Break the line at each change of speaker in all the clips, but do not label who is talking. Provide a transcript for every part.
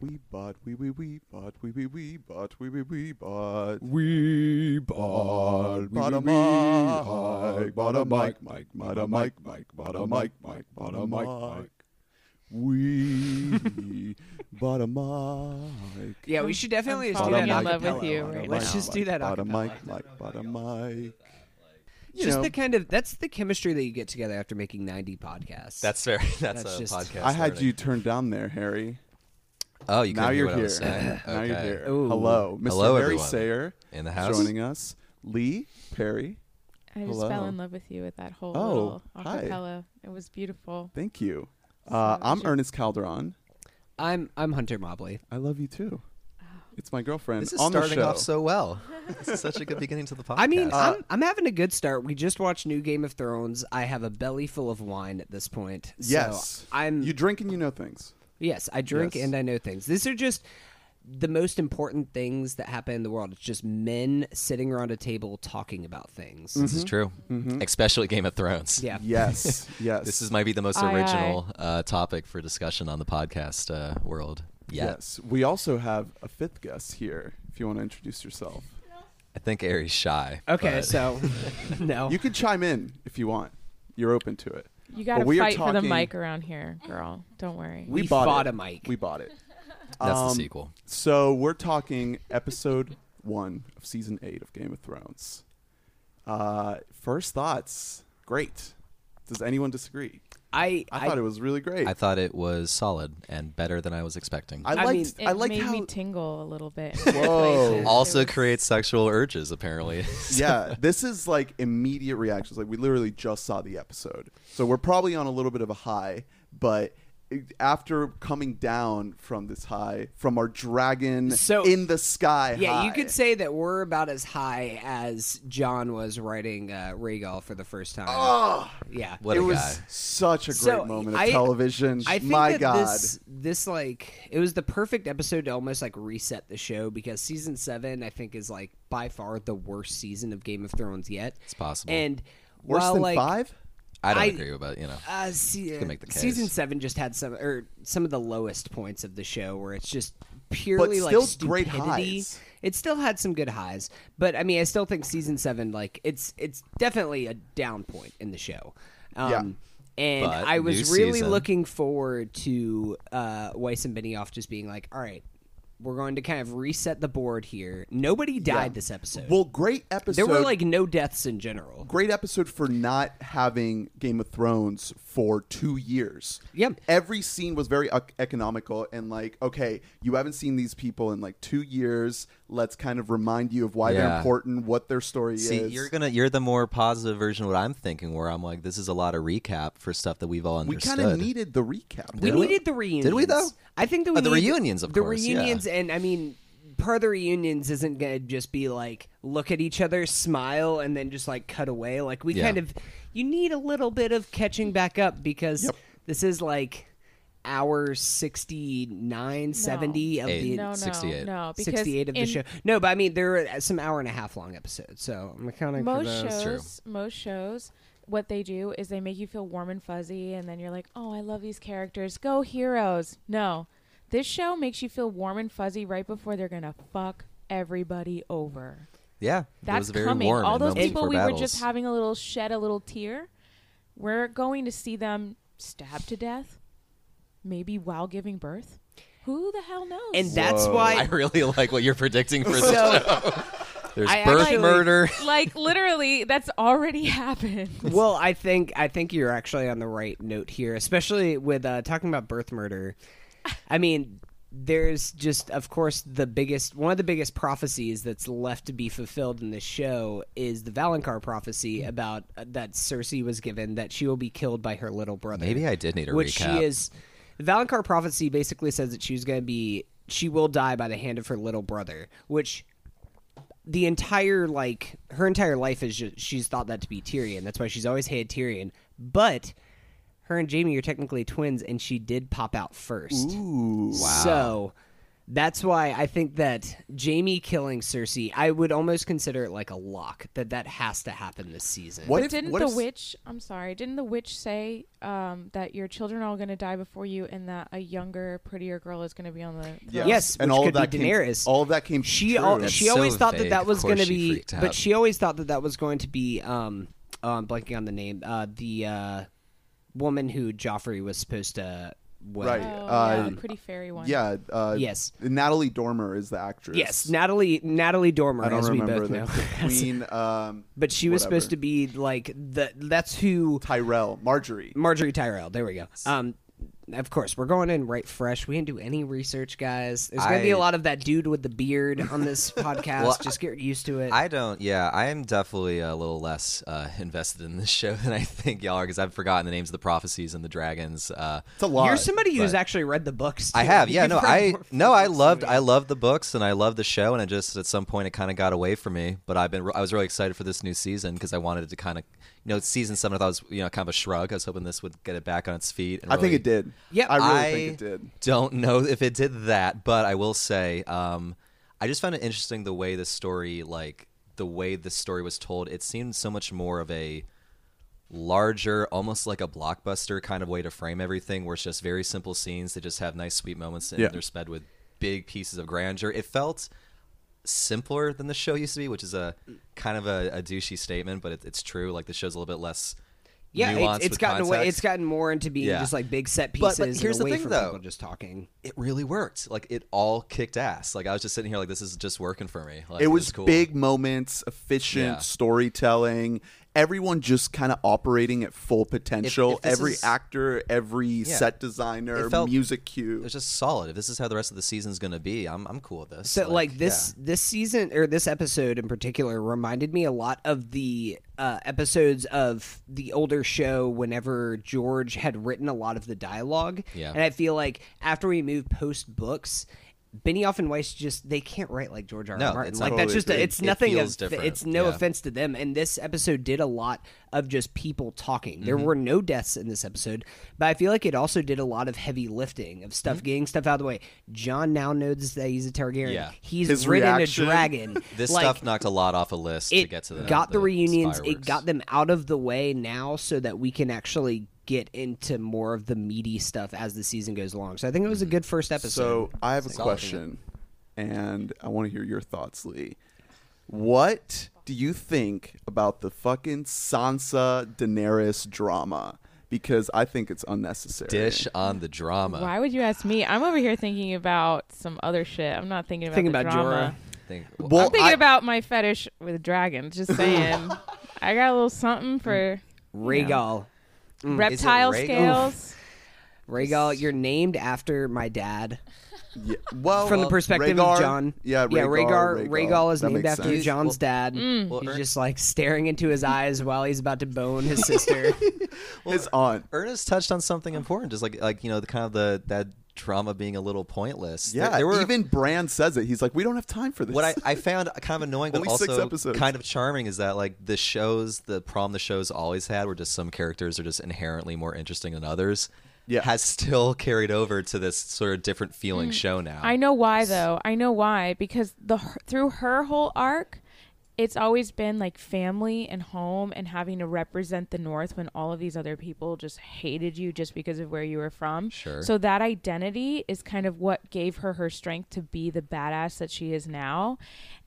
We bought, we we we bought, we we we bought, we we we bought.
We bought,
Bought a mic, bought a mic, mic, bought a mic, mic, bought a mic, mic, bought a mic, mic. We bought a mic.
Yeah, we should definitely just do
Bottom mic,
that a
in love with
cappella.
you right
Let's
now.
just do that a
Bottom mic,
cappella.
mic, bottom mic. You
Just
know,
the kind of that's the chemistry that you get together after making 90 podcasts.
That's fair. That's,
That's
a
just-
podcast.
I had
already.
you turned down there, Harry.
Oh, you
now
couldn't hear
you're
what I
here.
was saying.
Now you're
Okay.
here.
Ooh.
Hello, Mr.
Hello,
Harry
everyone.
Sayer
In the house.
joining us. Lee Perry,
I just
Hello.
fell in love with you with that whole
Oh,
little
hi.
acapella. It was beautiful.
thank you. Uh,
So
I'm
did you-
Ernest Calderon.
I'm I'm Hunter Mobley.
I love you too.
Oh.
It's my girlfriend.
This is
on
starting
the show.
off so well. This is such a good beginning to the podcast.
I mean, I'm, I'm having a good start. We just watched new Game of Thrones. I have a belly full of wine at this point. So
Yes,
I'm
You drink and you know things.
Yes, I drink
Yes.
and I know things. These are just the most important things that happen in the world. It's just men sitting around a table talking about things.
this
Mm-hmm.
is true, especially Game of Thrones.
Yeah.
Yes, yes.
This is might be the most
Aye, aye.
original uh, topic for discussion on the podcast uh, world. yet.
yes. We also have a fifth guest here. If you want to introduce yourself,
I think Aries shy.
Okay,
but-
so no.
you can chime in if you want. You're open to it.
You got to
But we are
fight for the
talking-
mic around here, girl. Don't worry.
We bought
bought
a
it.
mic.
We bought it.
that's the
Um,
sequel.
So we're talking episode one of season eight of Game of Thrones. Uh, first thoughts, great. Does anyone disagree?
I,
I, thought it was really great.
I
I,
thought it was solid and better than I was expecting.
I
liked.
it
I liked
made
how.
me tingle a little bit.
Whoa.
It
also
was-
creates sexual urges, apparently.
yeah, this is like immediate reactions. Like we literally just saw the episode, so we're probably on a little bit of a high. But it- after coming down from this high, from our dragon
So-
in the sky,
yeah, you
high,
could say that we're about as high as John was writing uh, Regal for the first time.
Oh,
yeah.
What
it
a
was
guy.
such a great
So,
moment of
I-
television.
I think
My
that
God,
this this like it was the perfect episode to almost like reset the show because season seven I think is like by far the worst season of Game of Thrones yet.
It's possible.
And
worse
while
than
like
five.
I don't
I-
agree about you know.
uh, see,
can make the case.
season seven just had some or some of the lowest points of the show where it's just
But
purely
still
like
great
stupidity.
highs.
It still had some good highs, but I mean, I still think season seven like it's it's definitely a down point in the show. Um, And
But
I was
new
really
season.
looking forward to uh, Weiss and Benioff just being like, "All right, we're going to kind of reset the board here. Nobody died this episode.
Well, great episode.
there were like no deaths in general.
great episode for not having Game of Thrones for two years.
Yep.
Every scene was very ec- economical and like, okay, you haven't seen these people in like two years. Let's kind of remind you of why they're
Yeah.
important, what their story
See,
is.
you're gonna you're the more positive version of what I'm thinking, where I'm like, this is a lot of recap for stuff that we've all
we
understood.
kind of needed the recap.
We
Did we?
needed the reunions.
Did we, though?
I think that we
Oh, the
need-
reunions, of
the
course, yeah.
reunions, and I mean, part of the reunions isn't going to just be like look at each other, smile, and then just like cut away. Like we
Yeah.
kind of, you need a little bit of catching back up because this is like hour 69, 70 of
Eight.
the
No, no,
68.
no. Because
68 of the
in
show. No, but I mean, there are some hour and a half long episodes, so I'm accounting for
Most
those.
shows,
true.
most shows, what they do is they make you feel warm and fuzzy, and then you're like, "Oh, I love these characters. Go heroes!" No, this show makes you feel warm and fuzzy right before they're gonna fuck everybody over.
yeah, it
That's
was very
coming.
warm
All
and
those
no need
people
for
we were
battles.
just having a little shed a little tear. We're going to see them stabbed to death, maybe while giving birth. Who the hell knows?
And that's
I
why.
really like what you're predicting for this show. There's
I
birth
actually-
murder.
like literally, that's already happened.
Well, I think I think you're actually on the right note here, especially with uh, talking about birth murder. I mean, there's just, of course, the biggest one of the biggest prophecies that's left to be fulfilled in this show is the Valonqar prophecy
Hmm.
about uh, that Cersei was given that she will be killed by her little brother.
Maybe I did need a
which
recap.
she is. The Valonqar prophecy basically says that she's going to be she will die by the hand of her little brother, which the entire like her entire life is just, she's thought that to be Tyrion. That's why she's always hated Tyrion. But her and Jamie are technically twins, and she did pop out first. Wow. So That's why I think that Jamie killing Cersei, I would almost consider it like a lock that that has to happen this season.
What
but
if-
didn't
what
the
if-
witch? I'm sorry. Didn't the witch say um, that your children are all going to die before you, and that a younger, prettier girl is going to be on the? throne?
Yes,
and
which
all
could
of that
be
came,
Daenerys.
All of that came.
she
true.
al-
That's
she
so
always thought
vague.
that that
Of
was
course
going to
she
be,
freaked
but
out.
she always thought that that was going to be. Um, oh, I'm blanking on the name. Uh, the uh, woman who Joffrey was supposed to. Well,
Right.
Oh,
Uh,
yeah, the pretty fairy one.
yeah. Uh,
Yes.
Natalie Dormer is the actress.
Yes, Natalie Natalie Dormer,
I don't
as we
remember
both
the
know.
queen. Um,
but she was
whatever.
supposed to be like the. That's who
Tyrell, Marjorie.
Marjorie Tyrell. There we go. Um, of course, we're going in right fresh. We didn't do any research, guys. There's going to be a
I-
lot of that dude with the beard on this podcast.
Well,
Just get used to it.
I don't. Yeah, I am definitely a little less uh, invested in this show than I think y'all are because I've forgotten the names of the prophecies and the dragons. Uh,
It's a lot.
You're somebody who's
but-
actually read the books.
I
too.
have, yeah,
You've
no,
read
I
more
no, I
books than
loved,
me.
I loved the books and I loved the show, and it just at some point it kind of got away from me. But I've been, I was really excited for this new season because I wanted it to kind of, you know, season seven. I thought was, you know, kind of a shrug. I was hoping this would get it back on its feet. And
I think
really-
it did.
Yep.
I really think it did.
Don't know if it did that, but I will say, um, I just found it interesting the way the story, like the way the story was told. It seemed so much more of a larger, almost like a blockbuster kind of way to frame everything, where it's just very simple scenes. They just have nice, sweet moments, and
Yeah.
they're sped with big pieces of grandeur. It felt simpler than the show used to be, which is a kind of a, a douchey statement, but it, it's true. Like the show's a little bit less.
Yeah,
nuanced
it's, it's
with
gotten away.
context.
It's gotten more into being
Yeah.
just like big set
But-
pieces
but here's
and away
the thing,
from
though.
people just talking.
it really worked. Like it all kicked ass. Like I was just sitting here like this is just working for me. Like,
It was
is cool.
big moments, efficient
Yeah.
storytelling. Everyone just kind of operating at full potential.
this
every
is-
actor, every set designer,
It felt-
music
It
cue.
was just solid. If this is how the rest of the season's gonna be, I'm I'm cool with this.
So like, this this season or this episode in particular reminded me a lot of the uh, episodes of the older show whenever George had written a lot of the dialogue.
Yeah.
And I feel like after we moved post books, Benioff and Weiss just they can't write like George R. R.
No,
Martin.
it's
like
not-
that's just
Totally
a,
agree.
it's
It
nothing
feels
of-
different,
it's no
yeah.
offense to them. And this episode did a lot of just people talking. There
Mm-hmm.
were no deaths in this episode, but I feel like it also did a lot of heavy lifting of stuff,
Mm-hmm.
getting stuff out of the way. John now knows that he's a Targaryen.
Yeah.
He's
His
ridden
reaction.
a dragon.
Yeah. this
Like,
stuff knocked a lot off a list
it
to get to the
got the,
the
reunions. It
fireworks.
got them out of the way now, so that we can actually get into more of the meaty stuff as the season goes along. So I think it was
Mm-hmm.
a good first episode.
So I have a question, and I want to hear your thoughts, Lee. What do you think about the fucking Sansa Daenerys drama? Because I think it's unnecessary.
dish on the drama.
Why would you ask me? I'm over here thinking about some other shit. I'm not thinking about
Thinking
the
about
drama.
I think,
Well,
I'm thinking
I-
about my fetish with dragons. Just saying, I got a little something
Mm.
for
Rhaegal,
reptile
Rhaegal?
scales.
Rhaegal, you're named after my dad.
Yeah, Well,
from the
well,
perspective
Rhaegar-
of John.
Yeah,
yeah,
Rhaegar.
Rhaegar. is
That
named
makes
after
sense.
John's
Well-
dad.
well,
He's
Er-
just like staring into his eyes while he's about to bone his sister.
His aunt.
Ernest touched on something important, just like like you know the kind of the that drama being a little pointless. There-
Yeah,
there were
even Bran says it. He's like, we don't have time for this.
what I, I found kind of annoying, but
Only six
also
episodes.
kind of charming, is that like the shows, the problem the shows always had, where just some characters are just inherently more interesting than others.
Yeah.
has still carried over to this sort of different feeling
Mm.
show now.
I know why though. I know why because the through her whole arc, it's always been like family and home and having to represent the North when all of these other people just hated you just because of where you were from.
Sure.
So that identity is kind of what gave her her strength to be the badass that she is now,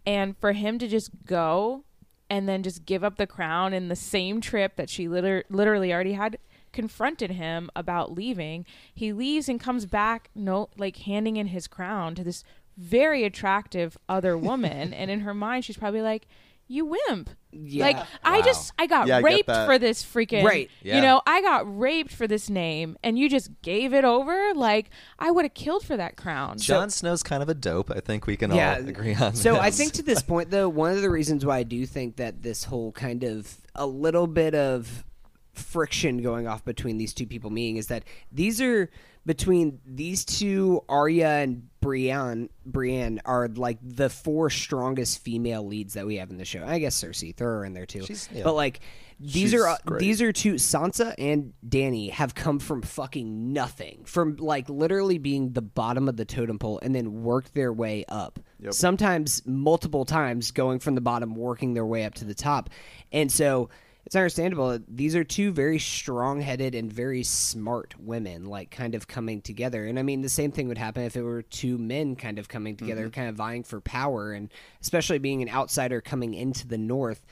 and for him to just go and then just give up the crown in the same trip that she liter- literally already had confronted him about leaving. He leaves and comes back no like handing in his crown to this very attractive other woman and in her mind she's probably like you wimp. Like I
Wow.
just I got
Yeah, I get
raped
that.
for this freaking
Right.
Yeah.
You know, I got raped for this name and you just gave it over like I would have killed for that crown.
Jon Snow's kind of a dope. I think we can all agree on.
So I
this.
think to this point, though, one of the reasons why I do think that this whole kind of a little bit of friction going off between these two people meaning is that these are between these two, Arya and Brienne, Brienne are like the four strongest female leads that we have in the show. I guess Cersei, throw her in there too.
She's- yeah.
But like these
She's
are uh,
great.
these are two Sansa and Danny have come from fucking nothing, from like literally being the bottom of the totem pole and then worked their way up. Sometimes multiple times going from the bottom working their way up to the top. And so it's understandable that these are two very strong-headed and very smart women like kind of coming together. And I mean the same thing would happen if it were two men kind of coming together kind of vying for power and especially being an outsider coming into the north.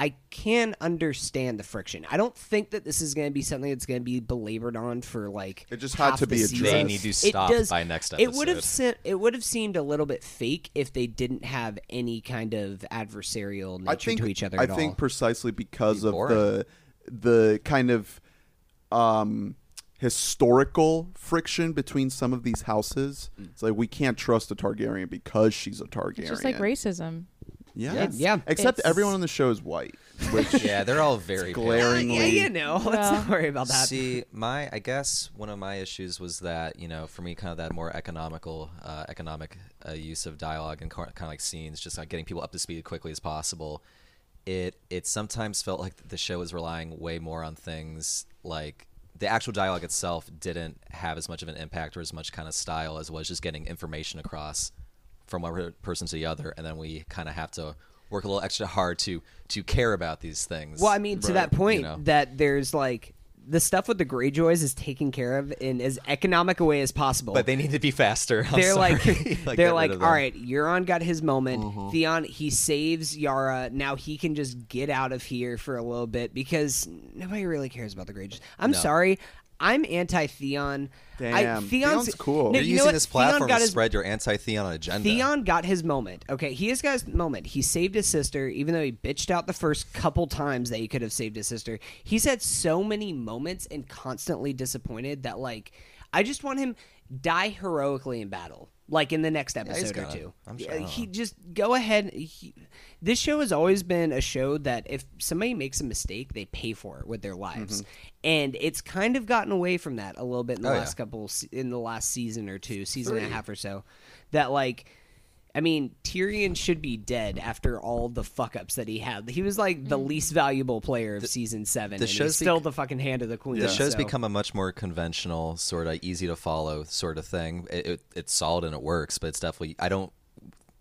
I can understand the friction. I don't think that this is going to be something that's going to be belabored on for like.
It just had
half
to
the
be
season.
addressed. They
need to
It
stop by next
It would have
episode.
se- it would have seemed a little bit fake if they didn't have any kind of adversarial nature
I think
to each other.
I
at
think
all.
precisely because
Be
of
boring.
the the kind of um, historical friction between some of these houses.
Mm.
It's like we can't trust a Targaryen because she's a Targaryen.
It's just like racism.
Yeah,
It's- yeah.
Except
It's-
everyone on the show is white, which
yeah, they're all very pale.
glaringly.
yeah, you know, let's not worry about that.
See, my I guess one of my issues was that you know for me kind of that more economical uh, economic uh, use of dialogue and kind of like scenes, just like getting people up to speed as quickly as possible. It it sometimes felt like the show was relying way more on things like the actual dialogue itself didn't have as much of an impact or as much kind of style as was just getting information across from one per- person to the other, and then we kind of have to work a little extra hard to to care about these things.
Well, I mean, to that point,
You know.
that there's like the stuff with the Greyjoys is taken care of in as economic a way as possible.
but they need to be faster. I'm
they're like,
sorry. get
they're
rid
like,
of Mm-hmm.
all
them."
right, Euron got his moment. Theon he saves Yara. Now he can just get out of here for a little bit because nobody really cares about the Greyjoys. I'm sorry, I'm anti Theon. I,
Damn, Theon's cool.
No,
You're
you know
using
what?
this
Theon
platform
got
to
his
spread your anti-Theon agenda.
Theon got his moment. Okay, he has got his moment. He saved his sister, even though he bitched out the first couple times that he could have saved his sister. He's had so many moments and constantly disappointed that like I just want him die heroically in battle. Like in the next episode or
gonna.
two,
I'm sure.
Yeah, he just go ahead. He, this show has always been a show that if somebody makes a mistake, they pay for it with their lives, and it's kind of gotten away from that a little bit in the
Mm-hmm. Oh,
last
yeah.
couple se- in the last season or two, season and a half or so. That like, I mean, Tyrion should be dead after all the fuck ups that he had. He was like the least valuable player of season seven.
the
and he's
show's bec-
still the fucking hand of the queen.
The show's
so-
become a much more conventional, sort of easy to follow sort of thing. It, it, it's solid and it works, but it's definitely I don't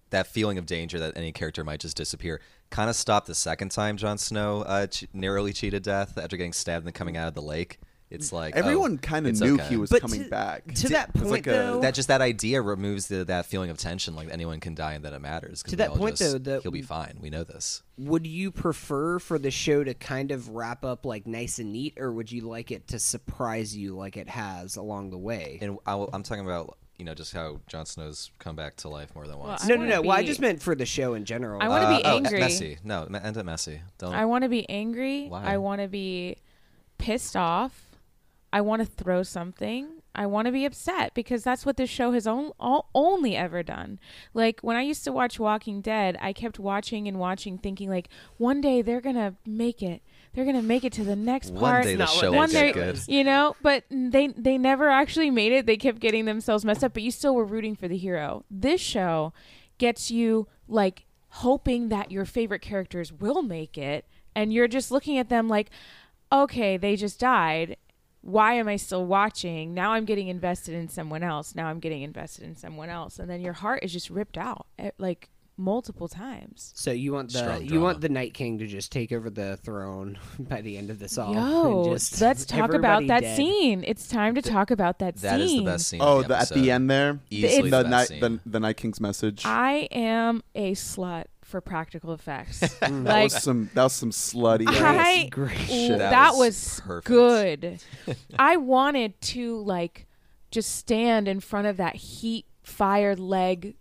that feeling of danger that any character might just disappear. Kind of stopped the second time Jon Snow uh, che- narrowly cheated death after getting stabbed and coming out of the lake.
Mm.
It's like oh,
Everyone kind of
it's
knew
okay.
he was
But
coming
to-
back.
to that
It's
point,
like a-
though-
that just that idea removes the, that feeling of tension, like anyone can die and that it matters. 'cause
To
we
that
all
point,
just-
though, that-
he'll be fine. We know this.
would you prefer for the show to kind of wrap up like nice and neat or would you like it to surprise you like it has along the way
And I, am talking about you know just how Jon Snow's come back to life more than once.
I
no no
wanna
no well i
be-
just meant for the show in general
I wanna be
oh,
angry.
messy. No, me- end it messy. Don't.
I want to be angry.
Why?
I want to be pissed off. I want to throw something. I want to be upset because that's what this show has on, all, only ever done. Like when I used to watch Walking Dead, I kept watching and watching, thinking like, one day they're gonna make it. They're gonna make it to the next
One
part.
day the
Not what
show
they
will
one
get
day,
good.
you know. But they they never actually made it. They kept getting themselves messed up. But you still were rooting for the hero. This show gets you like hoping that your favorite characters will make it, and you're just looking at them like, okay, they just died. Why am I still watching? Now I'm getting invested in someone else. Now I'm getting invested in someone else, and then your heart is just ripped out eh, like multiple times.
so you want the
Strong
you
drama.
want the night king to just take over the throne by the end of this all
Yo,
and just
let's talk about
everybody
that
dead.
scene. It's time to talk about that
That
scene.
is the best scene.
oh,
of the
the, at the
episode.
end there,
Easily
the
the
night,
best
the,
scene.
the Night King's message.
I am a slut for practical effects.
that
like
was some that was some slutty. ass.
I,
Great
ooh,
shit.
that,
That
was,
was perfect.
good. I wanted to like just stand in front of that heat fire leg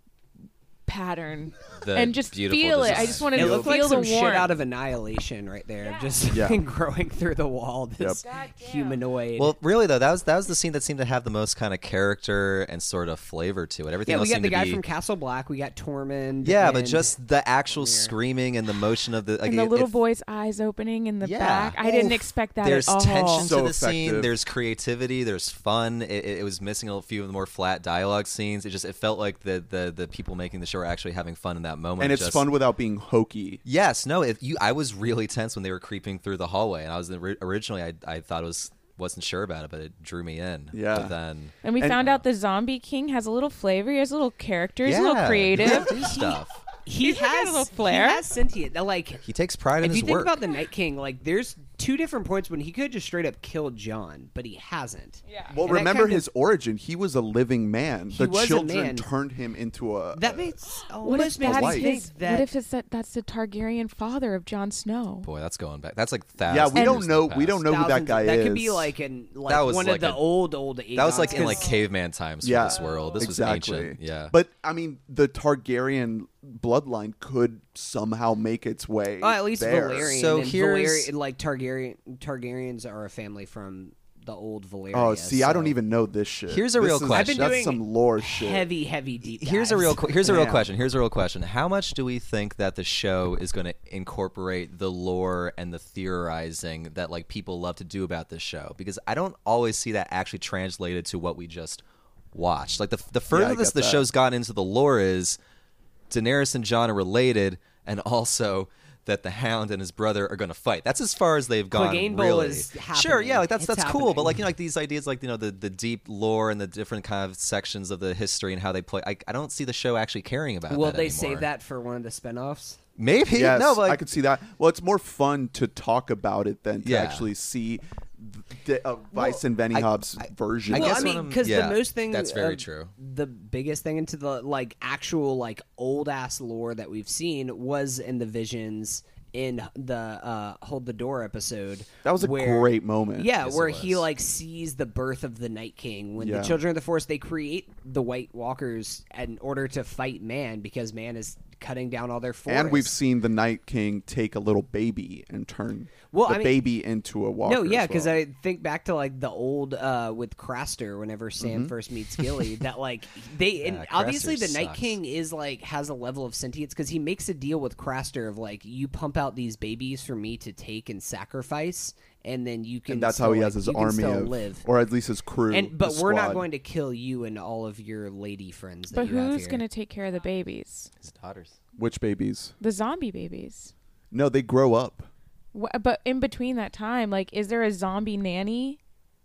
pattern
The
and just
beautiful
feel it. I
design.
just wanted
It
to
looked
feel
like
the
some
warmth.
shit out of Annihilation right there, of just
Yeah.
something growing through the wall. This humanoid.
Well, really though, that was that was the scene that seemed to have the most kind of character and sort of flavor to it. Everything
yeah, we
else
got
seemed
the
to
guy
be-
from Castle Black. We got Tormund.
yeah, but
and-
just the actual screaming and the motion of the like,
and the
it-
little
it-
boy's eyes opening in the
Yeah.
back. I didn't
Oof.
expect that
There's
at all.
tension
So
to the
effective.
scene. There's creativity. There's fun. It, it, it was missing a few of the more flat dialogue scenes. It just it felt like the the, the people making the show were actually having fun in that moment.
and it's
just-
fun without being hokey.
Yes, no. If you, I was really tense when they were creeping through the hallway, and I was ori- originally I, I thought it was wasn't sure about it, but it drew me in.
Yeah.
But then
And we
And-
found out the zombie king has a little flavor. He has a little character. He's a little
Yeah,
creative.
do stuff.
he
He's like a
has
little flair.
He has sentient. Like
He takes pride
if
in
you
his
think
work.
about the Night King, like there's two different points when he could just straight up kill John, but he hasn't.
Yeah.
Well,
And that
remember
kind of-
his origin. He was a living man.
He
the
was a
children
man.
turned him into a.
That makes
Oh, What if
almost makes
that's
me
white.
think
his?
that
What if it's that, that's the Targaryen father of Jon Snow?
Boy, that's going back. That's like thousands.
yeah, we
of
don't
years in
know.
the
We don't
past.
know who that
thousands-
guy is.
That could be like in like
That was
one of
like
the
a-
old old. Aeons,
That was like in like
'cause
caveman times
Yeah.
for this world. This
exactly.
was ancient. Yeah,
But I mean, the Targaryen bloodline could somehow make its way.
Oh, at least
there.
Valerian.
So
and
here's-
Valerian, like Targaryen. Targaryens are a family from the old Valyria.
Oh, see, I don't
so
even know this shit.
Here's a
This
real
is-
question. I've been
That's
doing
some lore shit.
Heavy, heavy deep.
here's a
dives.
real qu- here's a real
Yeah.
question. Here's a real question. How much do we think that the show is going to incorporate the lore and the theorizing that like people love to do about this show? Because I don't always see that actually translated to what we just watched. Like the the further
I
this
get
the
that.
show's gotten into the lore is Daenerys and Jon are related, and also. That the Hound and his brother are going to fight. That's as far as they've gone.
Clegane Bowl
really,
is
sure, yeah, like that's
happening.
that's
It's
cool.
happening.
But like you know, like these ideas, like you know, the the deep lore and the different kind of sections of the history and how they play. I, I don't see the show actually caring about.
Will
that
they
anymore.
save that for one of the spinoffs?
Maybe
Yes,
no, but
I could see that. Well, it's more fun to talk about it than to
Yeah.
actually see the, uh, Vice and Benny
I-
Hobbs' version.
I
of
Well,
guess
I
it.
what
mean,
I'm-
because
yeah,
the most thing
that's very
uh,
true.
The biggest thing into the like actual like old ass lore that we've seen was in the visions in the uh hold the door episode.
that was a
where-
great moment.
Yeah, where
it
he
was.
like sees the birth of the Night King when
Yeah.
the children of the Forest they create the White Walkers in order to fight man because man is cutting down all their forests.
And we've seen the Night King take a little baby and turn
Well,
the
I mean-
baby into a walker.
No, yeah,
because
because I think back to like the old uh with Craster whenever Sam
Mm-hmm.
first meets Gilly, that like they and
Yeah,
obviously the
Craster
Night
sucks.
King is like has a level of sentience because he makes a deal with Craster of like you pump out these babies for me to take and sacrifice, and then you can.
and that's
still,
how he
like,
has his
you can
army
still
of,
live.
or at least his crew.
and but
his
we're not
squad.
going to kill you and all of your lady friends. That
But
you have
who's
here.
going to take care of the babies?
His daughters.
Which babies?
The zombie babies.
No, they grow up.
Wh- but in between that time, like, is there a zombie nanny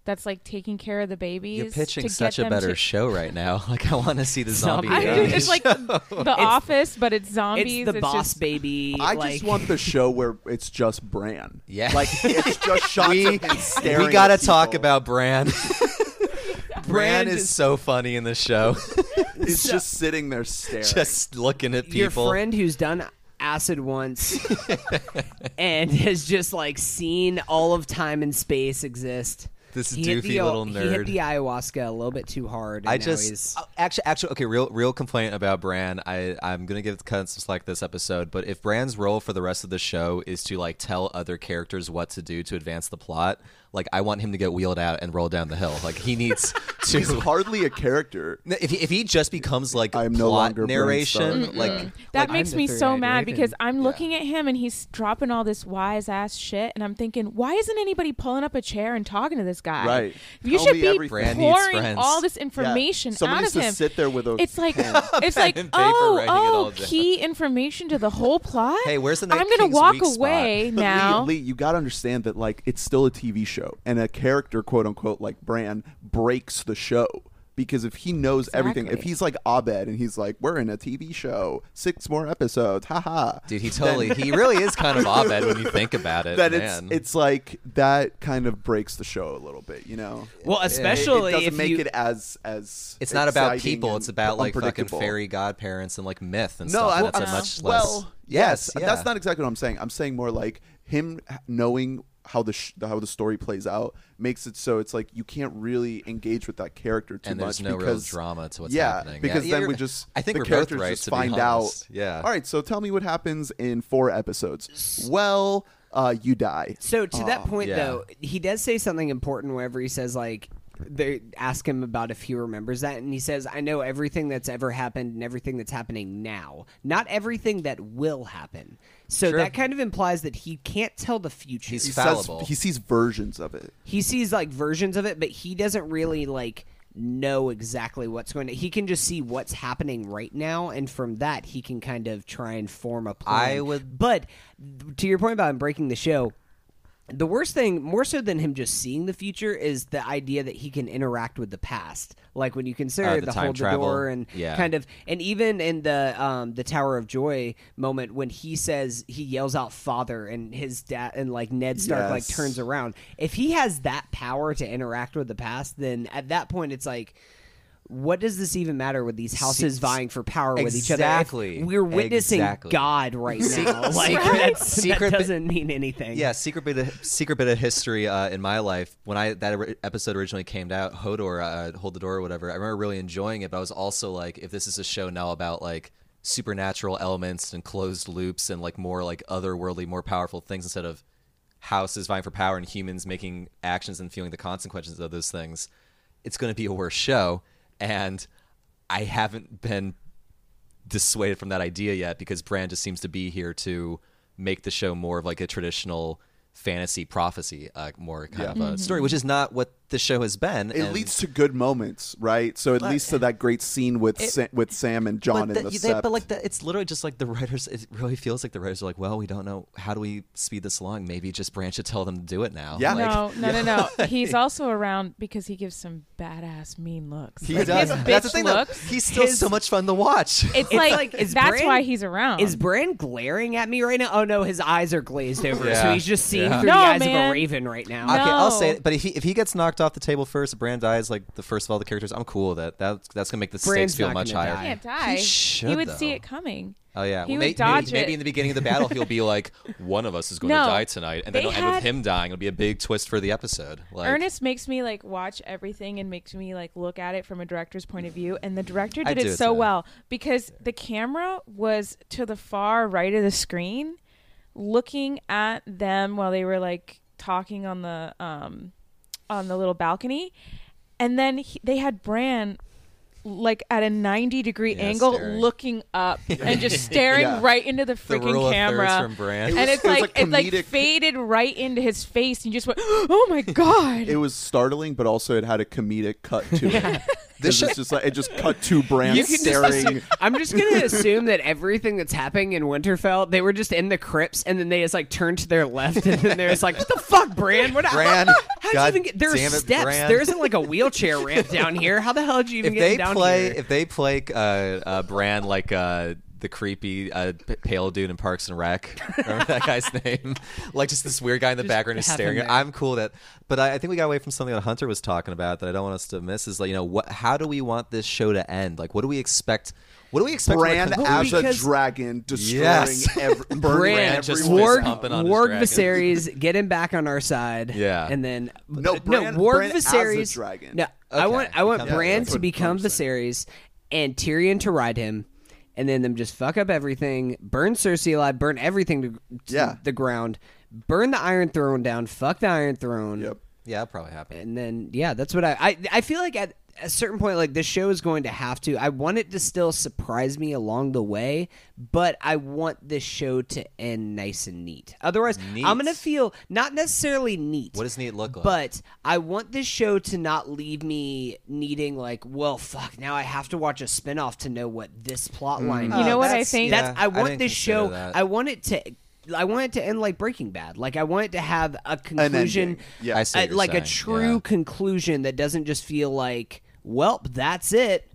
that's like taking care of the babies?
You're pitching
to
such
get them
a better
to-
show right now. Like I want to see the zombie.
Zombie
I,
baby.
it's like the Office, but it's zombies.
It's the boss
just-
baby.
I
like-
just want the show where it's just Bran.
Yeah.
like it's just shots of him staring.
we gotta
at people.
talk about Bran. Bran
Bran
is
just-
so funny in the show.
He's just sitting there staring.
just looking at people.
your friend who's done acid once and has just like seen all of time and space exist.
This
He hit the
doofy
o-
little
He hit
nerd.
the ayahuasca a little bit too hard. And
I
now he's-
just uh, actually, actually, okay. Real, real complaint about Bran. I, I'm gonna give kind of some slack this episode, but if Bran's role for the rest of the show is to like tell other characters what to do to advance the plot, like I want him to get wheeled out and roll down the hill. Like he needs
He's
to.
hardly a character.
If he, if he just becomes like
I'm no
plot
longer
narration,
Bran Stark.
like
That
Like,
makes
I'm the
me so
third-eyed
mad
raven.
because I'm looking at him and he's dropping all this wise ass shit, and I'm thinking, why isn't anybody pulling up a chair and talking to this guy?
Right.
You
Tell
should
me
be
everything.
Brand needs
pouring
friends.
all this
Yeah.
information
Someone
out
needs
of
to
him.
sit there with a.
It's like it's
Pen
like
and paper
oh
writing it all
oh
down.
key information to the whole plot.
Hey, where's the
I'm
Night
gonna
King's
walk
weak spot?
away
But Lee-
now.
Lee, you got to understand that like it's still a TV show, and a character, quote unquote, like Bran breaks the show because if he knows everything, if
Exactly.
he's like Abed and he's like, "We're in a TV show, six more episodes, haha,"
dude, he totally, he really is kind of Abed when you think about it.
that
man.
it's it's like that kind of breaks the show a little bit, you know.
well, especially
it, it doesn't
if
make
you,
it as as
It's not about
exciting
people.
and
It's about like fucking
unpredictable.
fairy godparents and like myth and
No,
stuff.
I,
and it's a
I'm-
much less.
well, yes,
yeah.
that's not exactly what I'm saying. I'm saying more like him h- knowing how the sh- how the story plays out makes it so it's like you can't really engage with that character too
and
much
there's no
because
real drama to what's
yeah,
happening.
because then
you're-
we just
I think
the
we're
characters
both right,
just
to be
find out.
honest. Yeah.
All right, so tell me what happens in four episodes. Well, uh, you die.
So to that point,
yeah.
though, he does say something important whenever he says like they ask him about if he remembers that, and he says, "I know everything that's ever happened and everything that's happening now, not everything that will happen." So
Sure.
that kind of implies that he can't tell the future.
He's
He
fallible.
says he sees versions of it.
he sees like versions of it, but he doesn't really like know exactly what's going to he can just see what's happening right now and from that he can kind of try and form a plan
I would-
but to your point about him breaking the show the worst thing more so than him just seeing the future is the idea that he can interact with the past like when you consider
Uh, the
the,
time
hold
travel.
the door and
Yeah.
kind of and even in the um the tower of joy moment when he says he yells out father and his dad and like ned stark like
Yes.
turns around. If he has that power to interact with the past, then at that point it's like what does this even matter with these houses vying for power with each other? If
Exactly.
We're witnessing
Exactly.
God right now. like that's,
Secret
that
bit-
doesn't mean anything.
Yeah, secret bit of, secret bit of history uh, in my life. When I that ori- episode originally came out, Hodor, uh, Hold the Door or whatever, I remember really enjoying it, but I was also like, if this is a show now about like supernatural elements and closed loops and like more like otherworldly, more powerful things instead of houses vying for power and humans making actions and feeling the consequences of those things, it's going to be a worse show. And I haven't been dissuaded from that idea yet because Brand just seems to be here to make the show more of like a traditional fantasy prophecy, uh, more kind of a story, which is not what the show has been.
It
and-
leads to good moments, right? So it leads to that great scene with Sa- with Sam and John
but
in the,
that- they-
sept.
but like the, it's literally just like the writers. It really feels like the writers are like, well, we don't know how do we speed this along. Maybe just Brand should tell them to do it now.
Yeah.
Like,
no, no, no, no. He's also around because he gives some badass mean looks.
He
Like,
does.
His bitch
That's the thing, though.
looks.
He's still
His-
so much fun to watch.
It's,
It's
like,
like, is
that's
Bran-
why he's around.
Is Bran glaring at me right now? Oh no, his eyes are glazed over, so
Yeah.
he's just seeing
Yeah.
through
No,
the eyes of
man.
a raven right now.
No.
Okay, I'll say it. But if he, if he gets knocked off the table first, Brand dies like the first of all the characters. I'm cool with that. That that's gonna make the
Bran's
stakes feel
not
much
gonna
higher.
he
die.
can't die.
He should,
would
though.
see it coming.
Oh yeah,
He
Well,
would
may-
dodge
maybe, maybe
it.
in the beginning of the battle he'll be like, one of us is going
No,
to die tonight, and then
they
it'll end with
had-
him dying. It'll be a big twist for the episode. Like,
Ernest makes me like watch everything and makes me like look at it from a director's point of view, and the director
I
did it,
do it
so
too.
well because the camera was to the far right of the screen, looking at them while they were like talking on the um on the little balcony, and then he, they had Bran like at a 90 degree
Yeah,
angle
staring.
looking up and just staring
Yeah.
right into the
the
freaking
rule of
camera
thirds from Brand.
and it's
It was
like
a
it like
comedic-
faded right into his face and you just went oh my god
it was startling, but also it had a comedic cut to it. This is just like it just cut to Bran
You can just
staring.
I'm just gonna assume that everything that's happening in Winterfell, they were just in the crypts, and then they just like turned to their left, and then they're just like, "What the fuck, Bran? What?
Bran,
How'd you
God
even get? There's
damn it,
steps.
Bran.
There isn't like a wheelchair ramp down here. How the hell did you even
if
get
they
down
play
here?
if they play uh, uh, Brand like uh, the creepy uh, p- pale dude in Parks and Rec, remember that guy's name? Like just this weird guy in the background who's
have him
staring. at
there.
I'm cool with that, but I, I think we got away from something that Hunter was talking about that I don't want us to miss. Is like you know what? How do we want this show to end? Like what do we expect? What do we expect? from the
Bran
conclusion?
as a
because-
dragon, destroying
Yes.
every, burning
Bran just
everyone.
Warg-
Warg,
fist pumping on his
Warg
dragon.
Viserys, get him back on our side.
Yeah.
and then
No, Bran-
no, Warg
Bran as a
Viserys.
dragon.
No, I
Okay,
want I want
become-
Bran
that's
to
what
become
I'm
Viserys and Tyrion to ride him, and then them just fuck up everything, burn Cersei alive, burn everything to, to
Yeah.
the ground, burn the Iron Throne down, fuck the Iron Throne.
Yep.
Yeah, that probably happened.
And then yeah, that's what I I, I feel like at a certain point like this show is going to have to I want it to still surprise me along the way, but I want this show to end nice and neat. Otherwise,
Neat.
I'm going to feel not necessarily neat.
What does neat look like?
But I want this show to not leave me needing like, well, fuck, now I have to watch a spinoff to know what this plot line
Mm. You know
is.
what I
That's-
think?
yeah,
Oh, That's I want
didn't
this
consider
show
that.
I want it to I want it to end like Breaking Bad. Like I want it to have a conclusion
ending. Yeah.
I see what
a-
you're
like
saying.
a true
Yeah.
conclusion that doesn't just feel like, "Welp, that's it."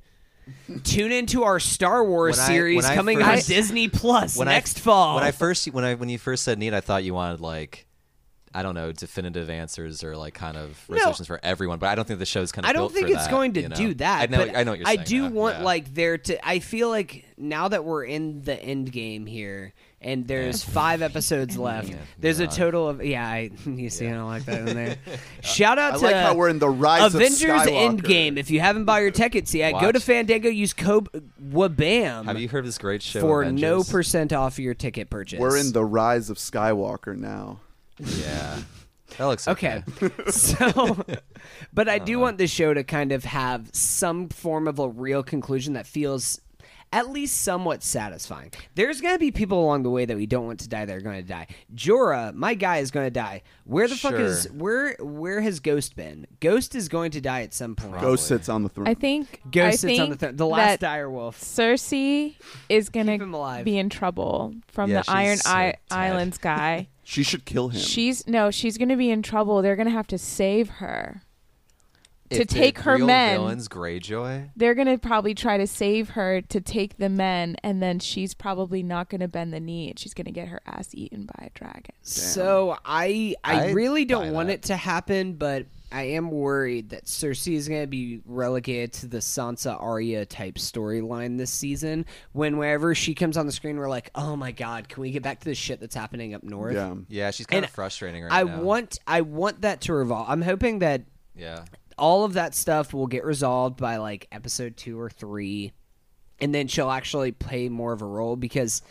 Tune into our Star Wars
When I-
series
when I
coming on
first-
Disney Plus
when
next
I,
fall.
When I first when I when you first said neat, I thought you wanted like I don't know, definitive answers or like kind of resolutions for everyone. But I don't think the show's kind of.
I don't
built
think
for
it's
that,
going to
you know?
do that.
I know.
but
I know what you're saying.
I do
though.
want
Yeah.
like there to. I feel like now that we're in the end game here, and there's five episodes left. there's a
God.
total of yeah. I, you see, I don't like that in there. Shout out
I
to
like how we're in the rise
Avengers
of Skywalker.
Endgame. If you haven't bought your tickets yet, go
Watch.
to Fandango. Use code Wabam
Have you heard of this great show
for
Avengers?
no percent off your ticket purchase.
We're in the rise of Skywalker now.
Yeah, that looks
Okay. so, but I do want this show to kind of have some form of a real conclusion that feels at least somewhat satisfying. There's going to be people along the way that we don't want to die that are going to die. Jorah, my guy, is going to die. Where the fuck is
Sure.
where? Where has Ghost been? Ghost is going to die at some point.
Ghost sits on the throne.
I think
Ghost
I
sits
think
on the throne. The last
that
dire wolf.
Cersei is gonna
Keep him alive.
be in trouble from
Yeah,
the Iron
she's so
I-
dead.
Islands guy.
she should kill him.
She's no, she's gonna be in trouble. They're gonna have to save her.
okay.
To
If the
take her
real
men.
Villains, Greyjoy.
They're gonna probably try to save her to take the men, and then she's probably not gonna bend the knee, and she's gonna get her ass eaten by a dragon.
So I I
I'd
really
buy
don't want
that.
it to happen, but I am worried that Cersei is going to be relegated to the Sansa Arya type storyline this season. When wherever she comes on the screen, we're like, oh my god, can we get back to the shit that's happening up north?
yeah.
Yeah, she's kind
And
of frustrating right
I
now.
want I want that to revolve. I'm hoping that
Yeah.
all of that stuff will get resolved by like episode two or three, and then she'll actually play more of a role because.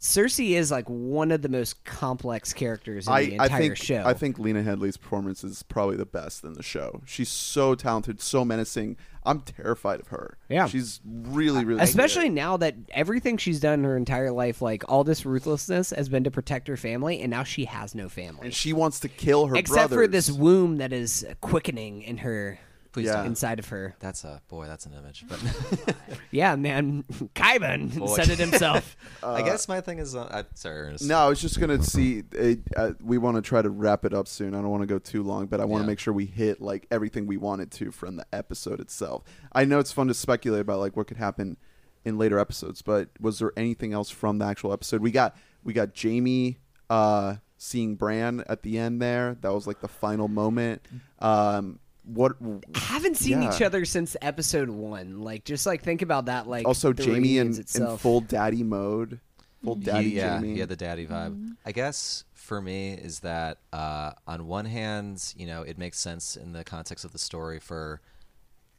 Cersei is like one of the most complex characters in the
I, I
entire
think
show.
I think Lena Headley's performance is probably the best in the show. She's so talented, so menacing. I'm terrified of her.
Yeah.
she's really, really,
Especially
good.
now that everything she's done her entire life, like all this ruthlessness, has been to protect her family, and now she has no family
And she wants to kill her
except for
brothers.
this womb that is quickening in her,
Please
Yeah.
don't.
inside of her.
That's a boy. That's an image. But
Yeah, man, Kaiban
Boy.
said it himself.
I guess my thing is, uh, I, sorry, Ernest.
No, I was just gonna see. Uh, uh, we want to try to wrap it up soon. I don't want to go too long, but I want to
Yeah.
make sure we hit like everything we wanted to from the episode itself. I know it's fun to speculate about like what could happen in later episodes, but was there anything else from the actual episode? We got we got Jamie uh, seeing Bran at the end there. That was like the final moment. Um, what?
Haven't seen
Yeah.
each other since episode one. Like, just like think about that. Like,
Also,
the
Jamie in,
reunions
in
itself.
full daddy mode. Full daddy
he, yeah,
Jamie.
he had the daddy vibe. I guess for me is that uh, on one hand, you know, it makes sense in the context of the story for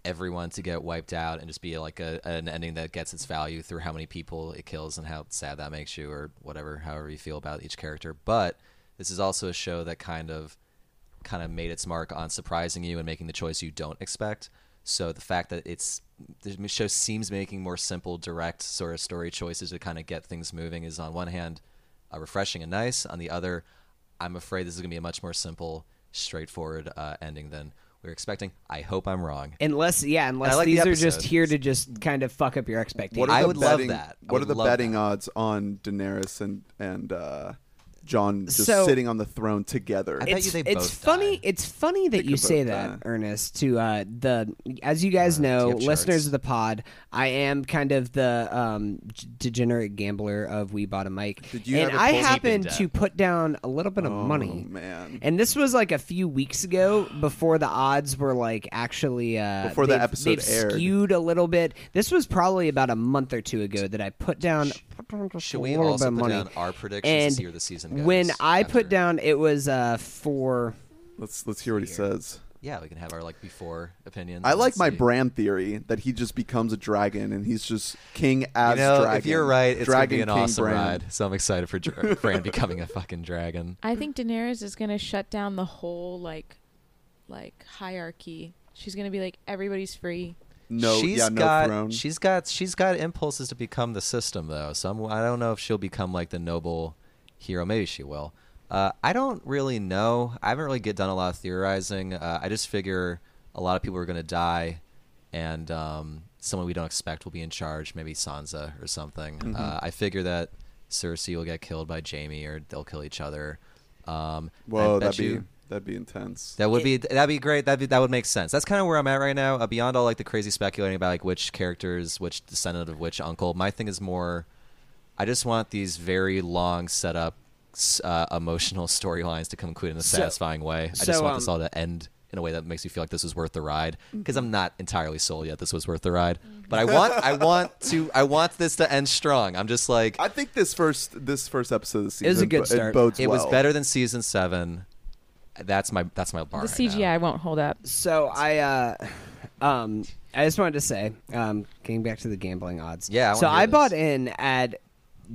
everyone to get wiped out and just be like a, an ending that gets its value through how many people it kills and how sad that makes you or whatever, however you feel about each character. But this is also a show that kind of kind of made its mark on surprising you and making the choice you don't expect. So the fact that it's the show seems making more simple, direct sort of story choices to kind of get things moving is on one hand uh, refreshing and nice. On the other, I'm afraid this is going to be a much more simple, straightforward uh, ending than we were expecting. I hope I'm wrong.
Unless, yeah, unless
like the
these are just
episode.
here to just kind of fuck up your expectations.
What are
I
the
would love
betting,
that. I
What are
would
the
love
betting
that.
odds on Daenerys and and uh, John just
So-
sitting on the throne together?
I bet
it's,
you they
it's
both
funny
die.
it's funny that you
about
say that
that.
ernest to uh the as you guys know
do you have
listeners
charts?
of the pod i am kind of the um g- degenerate gambler of we bought a mic
Did you
and
have it pulled
i
deep in
happened
debt?
to put down a little bit of money
Oh, man.
and this was like a few weeks ago before the odds were like actually uh
Before the
they've-
episode
they've
aired.
skewed a little bit this was probably about a month or two ago that i put down
Should we
a little
also
bit of
put
money
down our predictions
and
to see where the season goes?
when i put
after?
down it was uh for
Let's let's hear what he says.
yeah, we can have our like before opinions.
I
and
like my
see.
brand theory that he just becomes a dragon and he's just king as
You know,
dragon.
if you're right, it's
dragon
gonna be
king
an awesome
Bran.
ride. So I'm excited for Dra- Bran becoming a fucking dragon.
I think Daenerys is gonna shut down the whole like, like hierarchy. She's gonna be like everybody's free.
No,
she's
yeah, no
got,
throne.
She's got she's got impulses to become the system though. So I'm, I don't know if she'll become like the noble hero. Maybe she will. Uh, I don't really know. I haven't really get done a lot of theorizing. Uh, I just figure a lot of people are going to die, and um, someone we don't expect will be in charge. Maybe Sansa or something.
Mm-hmm.
Uh, I figure that Cersei will get killed by Jamie, or they'll kill each other. Um, I
Whoa,
bet
that'd be
you-
that'd be intense.
that would be that'd be great. That that would make sense. That's kind of where I'm at right now. Uh, beyond all like the crazy speculating about like which characters, which descendant of which uncle. My thing is more. I just want these very long setup s- uh, emotional storylines to conclude in a
So-
satisfying way. I
so,
just want
um,
this all to end in a way that makes me feel like this was worth the ride because I'm not entirely sold yet this was worth the ride, but I want I want to I want this to end strong. I'm just like
I think this first this first episode of the season
was a good
bo- it
start.
bodes
it was
well.
better than season seven. That's my that's my
the
bar. right now.
CGI won't hold up.
So I, uh, um, I just wanted to say, um, getting back to the gambling odds.
Yeah, I wanna
so
hear
I
this.
bought in at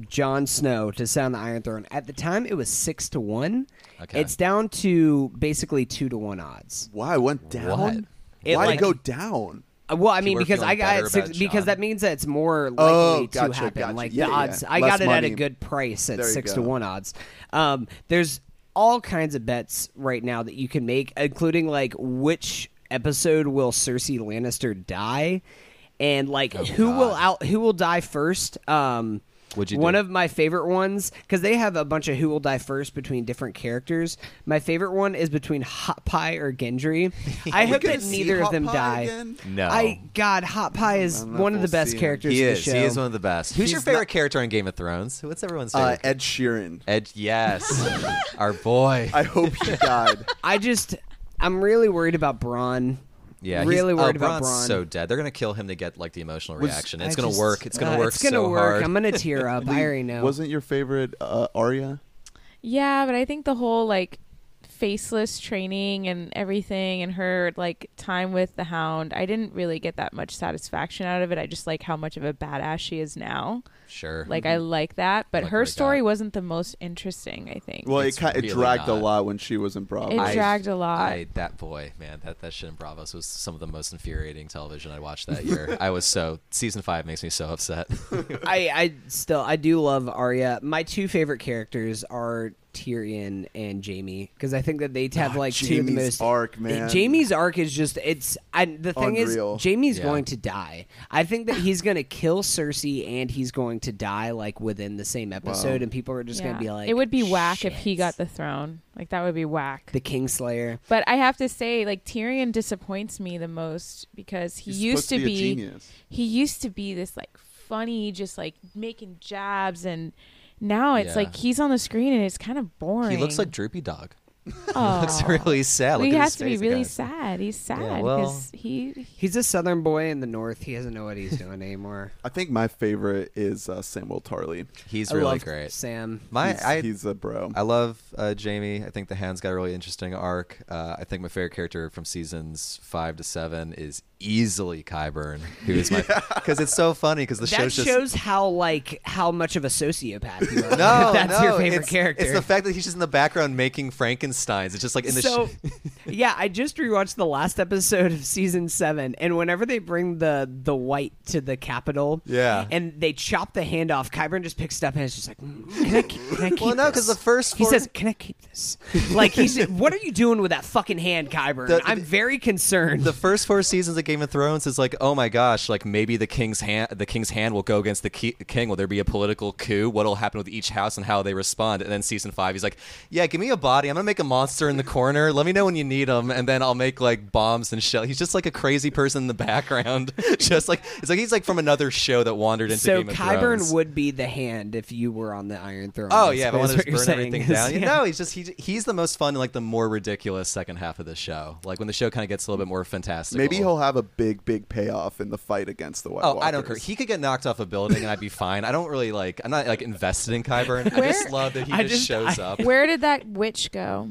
Jon Snow to sound the Iron Throne. At the time, it was six to one.
Okay.
It's down to basically two to one odds.
Why it went down?
What?
It,
Why
like-
go down?
Uh, Well, I mean,
were
because
feeling
I got
better
it six,
about
because
Jon.
that means that it's more likely
Oh,
to
gotcha,
happen.
gotcha.
Like
Yeah,
the
yeah.
odds, I
Less
got it at
money.
a good price at
There you
six
go.
to one odds. Um, there's all kinds of bets right now that you can make, including like which episode will Cersei Lannister die, and like
Oh,
who will out who will die first. Um,
What'd you
one
do?
of my favorite ones because they have a bunch of who will die first between different characters. My favorite one is between Hot Pie or Gendry. I hope
gonna
that
see
neither of
Hot
them
Pie
die.
again?
No.
I God, Hot Pie is
I'm not
one of the
gonna
best
see him.
characters
He
in the
is.
show.
He is one of the best. Who's your
He's
favorite
not-
character in Game of Thrones? What's everyone's
Uh,
favorite?
Ed Sheeran.
Ed, yes, our boy.
I hope he died.
I just I'm really worried about Braun.
yeah, he's-
really
oh,
worried about Braun.
Bronn's so dead. They're gonna kill him to get like the emotional
Was-
reaction. It's
I
gonna
just-
work. It's gonna
uh,
work.
It's gonna
so
work.
hard.
I'm gonna tear up. I already know.
Wasn't your favorite uh, Arya?
Yeah, but I think the whole like faceless training and everything and her like time with the hound, I didn't really get that much satisfaction out of it. I just like how much of a badass she is now.
Sure.
Like I like that, but
Like what
her
I got.
story wasn't the most interesting, I think.
Well,
It's
it kind,
really
it dragged a
not.
lot when she was in Bravo.
It dragged a lot.
I, that boy, man, that that shit in Bravos was some of the most infuriating television I watched that year. I was so season five makes me so upset.
I, I still I do love Arya. My two favorite characters are Tyrion and Jamie because I think that they have
Oh,
like two of the
Jaime's
most
arc, man.
Jamie's arc is just it's I, the thing
Unreal.
is Jamie's
Yeah.
going to die. I think that he's going to kill Cersei and he's going to die like within the same episode, and people are just
Yeah.
going to be like,
It would be whack if he
"Shit."
got the throne. Like that would be whack.
the Kingslayer.
But I have to say, like Tyrion disappoints me the most because he
He's supposed
used to
be,
be,
a genius.
he used to be this like funny, just like making jabs, and now it's
Yeah.
like he's on the screen and it's kind of boring.
he looks like Droopy Dog.
oh.
Looks really sad. Look
he
at his
has to be
face
really
again.
sad. He's sad
Yeah,
because
well-
he.
He's a Southern boy in the North. He doesn't know what he's doing anymore.
I think my favorite is uh, Samuel Tarly.
He's
I
really
love
great.
Sam.
My
he's,
I
he's a bro.
I love uh, Jamie. I think the hand's got a really interesting arc. Uh, I think my favorite character from seasons five to seven is easily Kyburn, who is my because it's so funny because the
That
show's just
shows how like how much of a sociopath you are. if
no,
that's
no,
your favorite
it's,
character.
It's the fact that he's just in the background making Frankenstein's. It's just like in the
so,
sh-
yeah, I just rewatched the last episode of season seven, and whenever they bring the the white to the capital,
Yeah.
and they chop the hand off, Kyburn just picks it up and is just like, "Mm, "Can I, keep- can I keep
well, no,
this?"
because the first
he
four-
says, "Can I keep this?" Like he's, "What are you doing with that fucking hand, Kyburn?"
The-
I'm very concerned.
the first four seasons of Game of Thrones is like, oh my gosh, like maybe the king's hand, the king's hand will go against the key- king. Will there be a political coup? What'll happen with each house and how they respond? And then season five, he's like, yeah, give me a body. I'm gonna make a monster in the corner. Let me know when you need him, and then I'll make like bombs and shell. He's just like a crazy person in the background, just like it's like he's like from another show that wandered into
so
Game of
Kyburn
Thrones.
would be the hand if you were on the Iron Throne.
Oh
is-
yeah, if I
is
want
what
to just
you're
burn
saying
everything
is-
down.
yeah.
No, he's just he, he's the most fun, like the more ridiculous second half of the show. Like when the show kind of gets a little bit more fantastic.
Maybe he'll have a big, big payoff in the fight against the White
Oh,
Walkers.
I don't care. He could get knocked off a building and I'd be fine. I don't really like. I'm not like invested in Kyburn. I just
Where-
love that he
I just-
just, shows
I-
up.
Where did that witch go?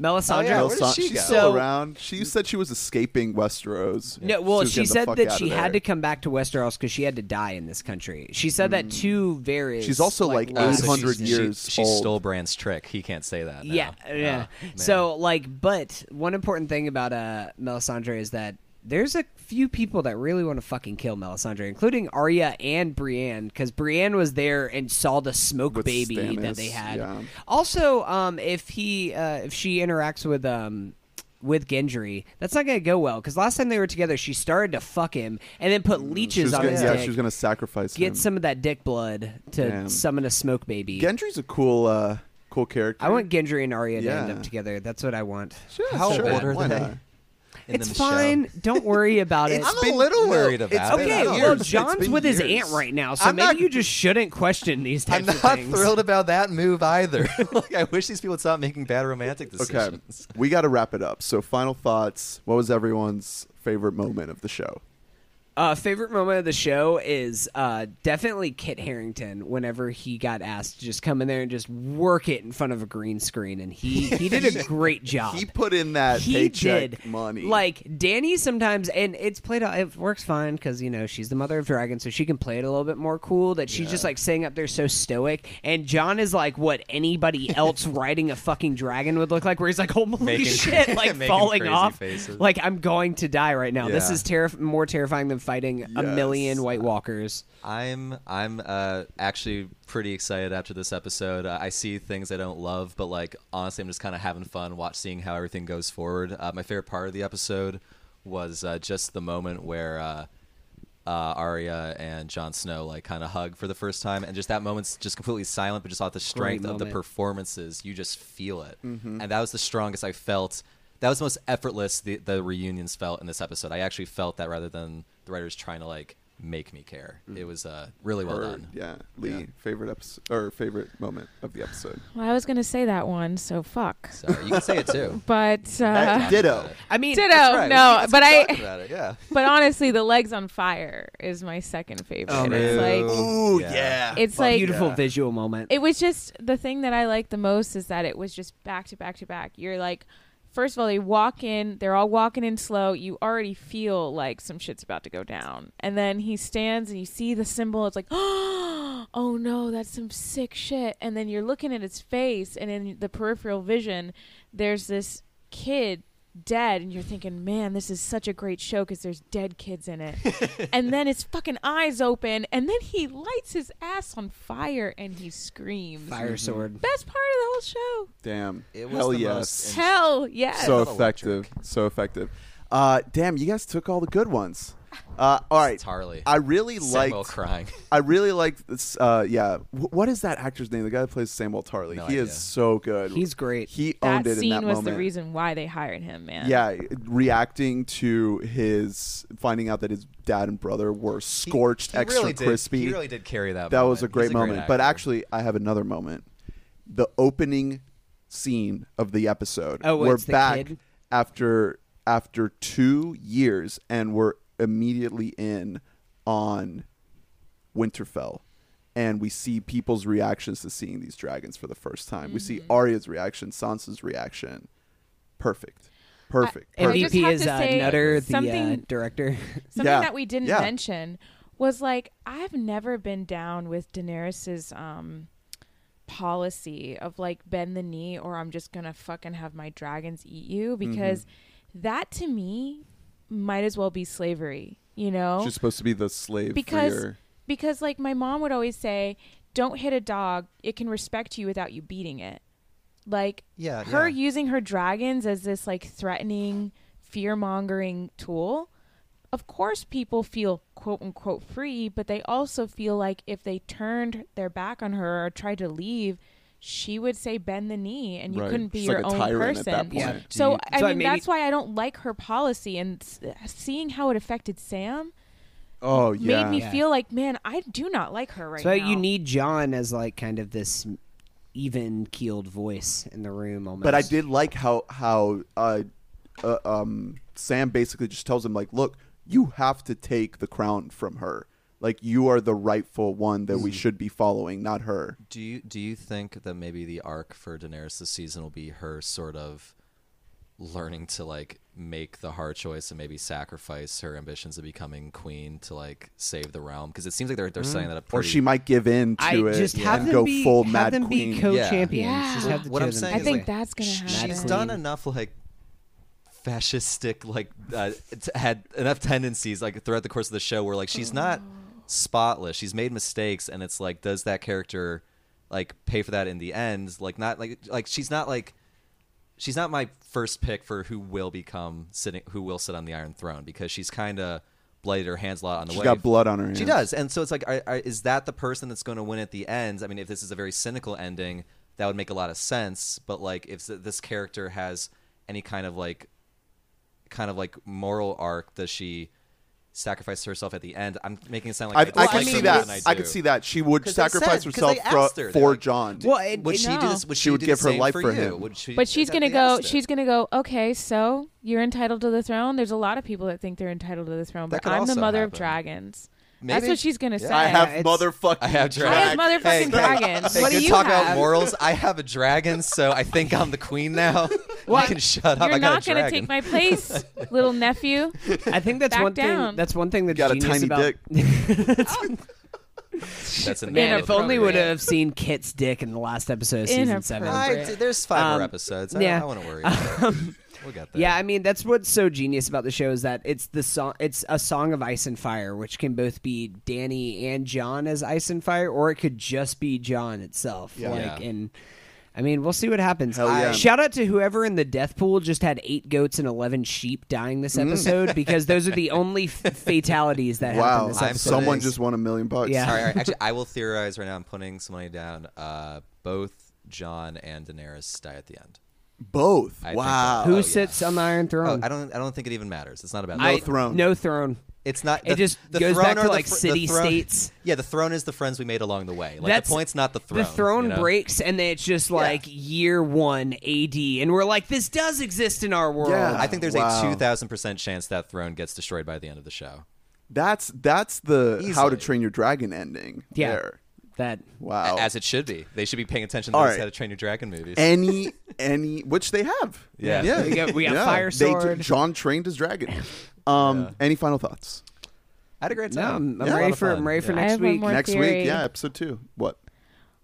Melisandre.
Oh, yeah,
Well,
where did
Sa-
she
she's
go?
still
So-
around. She said she was escaping Westeros.
No, well,
was
she
getting the
said
fuck
that
out
she
of
had
there.
to come back to Westeros because she had to die in this country. She said that to Varys.
Mm. She's also, like,
Oh,
last
so
800
season.
she- she-
years
She,
old.
stole Brand's trick. He can't say that. now.
Yeah, uh, yeah.
Oh, man.
so like, but one important thing about uh Melisandre is that there's a few people that really want to fucking kill Melisandre, including Arya and Brienne, because Brienne was there and saw the smoke
With
baby that
Stannis,
they had.
yeah.
Also, um, if he uh, if she interacts with um with Gendry, that's not gonna go well because last time they were together, she started to fuck him and then put
Mm, She
leeches
was
on
gonna,
his
yeah,
dick.
she was going to sacrifice him.
Get some of that dick blood to
Damn.
summon a smoke baby.
Gendry's a cool, uh, cool character.
I want Gendry and Arya to end
Yeah.
up together. That's what I want.
Sure,
How
sure,
old are
why
they?
not?
in
it's
the
fine.
show.
Don't worry about it.
I'm a little worried
it's
about
been
it.
okay,
years.
well,
It's
John's
been
with his
years.
aunt right now, so
I'm
maybe
not-
you just shouldn't question these types
I'm
of
not
things.
thrilled about that move either. like, I wish these people would stop making bad romantic
Okay,
decisions.
we got to wrap it up. So, final thoughts. What was everyone's favorite moment of the show?
Uh, favorite moment of the show is uh, definitely Kit Harrington whenever he got asked to just come in there and just work it in front of a green screen, and he he did a great job.
He put in that
he
paycheck
did
money.
Like Danny sometimes, and it's played out. It works fine because you know she's the mother of dragons, so she can play it a little bit more cool. That she's just like sitting up there so stoic, and John is like what anybody else riding a fucking dragon would look like, where he's like, "Holy
Making-
shit!" Like
making
falling
crazy
off.
faces.
Like I'm going to die right now. This
Yeah.
is terrif- more terrifying than fighting a million
Yes.
White Walkers.
I'm I'm uh, actually pretty excited after this episode. Uh, I see things I don't love, but like honestly, I'm just kind of having fun, watch seeing how everything goes forward. Uh, my favorite part of the episode was uh, just the moment where uh, uh, Arya and Jon Snow like kind of hug for the first time, and just that moment's just completely silent, but just off the strength of the
moment.
performances, you just feel it,
Mm-hmm.
and that was the strongest I felt. That was the most effortless the, the reunions felt in this episode. I actually felt that rather than the writers trying to like make me care. It was uh, really well
Or,
done.
Mm. yeah, Lee, favorite episode or favorite moment of the episode.
Well, I was gonna say that one, so fuck.
Sorry, you can say it too.
But uh,
Ditto.
I mean,
ditto.
That's right, we
No,
keep
but
talking
I.
about it, yeah.
But honestly, the legs on fire is my second favorite.
Oh,
it's
man.
like
Ooh, yeah.
it's like
beautiful visual moment.
it was just the thing that I liked the most is that it was just back to back to back. You're like, first of all, you walk in, they're all walking in slow. You already feel like some shit's about to go down. And then he stands and you see the symbol. It's like, oh no, that's some sick shit. And then you're looking at his face, and in the peripheral vision, there's this kid dead and you're thinking man this is such a great show because there's dead kids in it and then his fucking eyes open and then he lights his ass on fire and he screams
Mm-hmm.
Fire sword.
best part of the whole show
Damn.
It was
Hell
the
yes.
most-
hell yes
so
Electric.
effective. So effective. Uh, damn, you guys took all the good ones. Uh, all right,
It's Harley.
I really
Samuel
liked.
crying.
I really liked this. Uh, yeah, Wh- what is that actor's name? The guy that plays Samuel Tarley.
No
he
idea.
is so good.
He's great.
He
that
owned it
scene
in that
was
moment.
the reason why they hired him man
Yeah, reacting to his finding out that his dad and brother were scorched
He
extra
really did-
crispy.
He really did carry that.
that
moment.
was a
He's
great moment. but
actor.
actually, I have another moment. The opening scene of the episode.
Oh,
we're
it's the
back
kid?
after after two years, and we're immediately in on Winterfell, and we see people's reactions to seeing these dragons for the first time. We see Arya's reaction, Sansa's reaction. Perfect, perfect.
I- I
perfect.
just
MVP
have
is
to
uh,
say
Nutter, the uh,
something-
director.
something
Yeah.
that we didn't
Yeah.
mention was like I've never been down with Daenerys's um policy of like bend the knee or I'm just gonna fucking have my dragons eat you
Mm-hmm.
because that to me might as well be slavery, you know?
She's supposed to be the slave
because
for your.
because like my mom would always say, Don't hit a dog, it can respect you without you beating it. Like
Yeah,
her
yeah.
using her dragons as this like threatening, fear mongering tool. Of course, people feel quote unquote free, but they also feel like if they turned their back on her or tried to leave, she would say bend the knee, and you
Right.
couldn't be
She's
your
like a
own
tyrant
person.
at that
Yeah.
point.
So I
So I
mean,
maybe-
that's why I don't like her policy, and s- seeing how it affected Sam
Oh yeah.
made me
Yeah.
feel like, man, I do not like her right
So
now.
you need John as like kind of this even keeled voice in the room almost.
But I did like how how uh, uh, um, Sam basically just tells him like, look, you have to take the crown from her. Like you are the rightful one that
Mm.
we should be following, not her.
do you do you think that maybe the arc for Daenerys this season will be her sort of learning to like make the hard choice and maybe sacrifice her ambitions of becoming queen to like save the realm? Because it seems like they're they're setting that up.
Mm. Or
pretty-
she might give in to
I
it
just have
and
them
go
be,
full
have
Mad
them
Queen.
be co-champions.
Yeah.
Just have the
What
two
I'm
of them
saying
I
is,
play.
think
like,
that's gonna
She's
happen.
Mad
done
Queen.
enough like fascistic like uh, t- had enough tendencies like throughout the course of the show where like she's
Oh.
not spotless. She's made mistakes, and it's like does that character like pay for that in the end? Like not like like she's not like. She's not my first pick for who will become sitting, who will sit on the Iron Throne because she's kind of blooded her hands a lot on the
She's
way.
got blood on her hands.
She does, and so it's like, are, are, is that the person that's going to win at the end? I mean, if this is a very cynical ending, that would make a lot of sense. But like, if th- this character has any kind of like kind of like moral arc that she sacrificed herself at the end. I'm making it sound
I,
like
I
dislike
can
her
see
more than
that.
I,
I,
do.
could see that she would
'Cause they
sacrifice
said- 'cause
herself
they
for,
asked her, they're
for
like-
John.
Well, it,
Would
it-
she
no.
do this? Would she,
She would
do
give
the
her
same
life
for,
for
you?
him.
Would she,
But she's
that
gonna
they
go.
asked her.
She's gonna go. Okay, so you're entitled to the throne. There's a lot of people that think they're entitled to the throne,
That
but
could
I'm the
also
mother of
happen.
dragons. That's
Maybe.
what she's gonna say.
I have
it's-
motherfucking.
I
I have
have dragons.
motherfucking
Hey, hey,
dragons.
Hey,
what do
good
you
talk
have?
about morals. I have a dragon, so I think I'm the queen now.
Well,
you can shut up.
You're
I got
not
a
gonna
dragon.
take my place, little nephew.
I think that's
Back
one
down.
thing. That's one thing that's
Got a
genius
tiny
about.
dick.
That's
Man,
in the
Man, if
Inappropriate.
only would have seen Kit's dick in the last episode of season seven.
Inappropriate.
I, there's five
Um,
more episodes. I,
yeah. Um,
I want to worry. About it. We'll get there.
Yeah, I mean that's what's so genius about the show is that it's the song, it's a song of ice and fire, which can both be Danny and John as ice and fire, or it could just be John itself. Like,
Yeah.
and I mean, we'll see what happens.
Hell yeah.
Shout out to whoever in the death pool just had eight goats and eleven sheep dying
Mm.
this episode because those are the only f- fatalities that
Wow,
happened this
I'm
episode.
so
someone
nice.
just won a million bucks.
Yeah.
All right, all right. Actually, I will theorize right now. I'm putting some money down. Uh, both John and Daenerys die at the end.
Both.
I think
wow.
Who
Oh, yeah.
sits on the Iron
Oh,
Throne?
I don't. I don't think it even matters. It's not about.
No
that.
throne.
No throne.
It's not.
It
The,
just
the
goes
throne
back
or
to,
the
like,
fr- the
city
throne-
states.
Yeah, the throne is the friends we made along the way. Like
That's-
the point's not the throne.
the throne
you know?
breaks and then it's just like year one AD, and we're like, this does exist in our world.
Yeah.
I think there's
Wow.
a two thousand percent chance that throne gets destroyed by the end of the show.
That's that's the How to
Easily.
Train Your Dragon ending.
Yeah.
There.
That
Wow.
As it should be. They should be paying attention to
All
those
right.
How to Train Your Dragon movies.
any any which they have.
Yeah.
Yeah.
We got- we got Fire
They-
Sword.
John trained his dragon. Um any final thoughts?
I had a great
no, um,
time.
I'm, I'm
It was a lot
ready
of
for
fun.
I'm ready for
Yeah.
I
next
have one
week.
more-
Next
theory.
week, yeah, episode 2. What?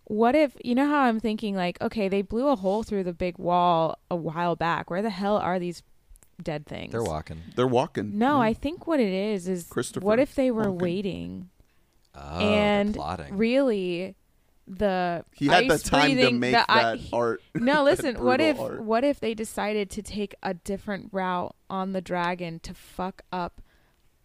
What if you know how I'm thinking? Like, okay, they blew a hole through the big wall a while back. Where the hell are these dead things?
They're Mm-hmm. walking.
They're walking.
No, I think what it is is
Christopher
what if they were
Walken.
waiting
Oh,
and
they're plotting.
really the
He had the
ice
time to
breathing-
make
the i-
that
he-
art.
No, listen. what
brutal
if
art.
what if they decided to take a different route on the dragon to fuck up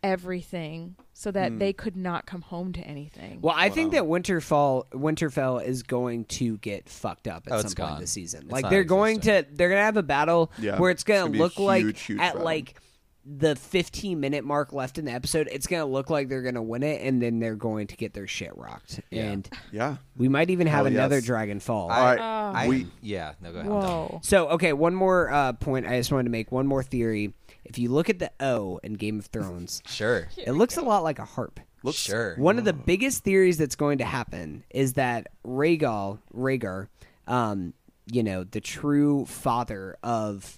everything so
Hmm.
that they could not come home to anything?
Well, I think that Winterfall Winterfell is going to get fucked up at
Oh,
some
it's
point
gone.
this season.
It's
like
not
they're going to
existent.
they're gonna have a battle
Yeah.
where it's
It's
gonna
gonna be a
look like
huge, huge
at
battle.
like the 15 minute mark left in the episode, it's gonna look like they're gonna win it, and then they're going to get their shit rocked,
Yeah.
and
Yeah.
we might even have
Hell yes.
another dragon fall.
All right.
I,
we
yeah, no, go ahead. I'm done.
Whoa.
So, okay, one more uh, point. I just wanted to make one more theory. If you look at the O in Game of Thrones,
Sure.
it looks a lot like a harp.
Looks sure.
One of the biggest theories that's going to happen is that Rhaegal, Rhaegar, um, you know, the true father of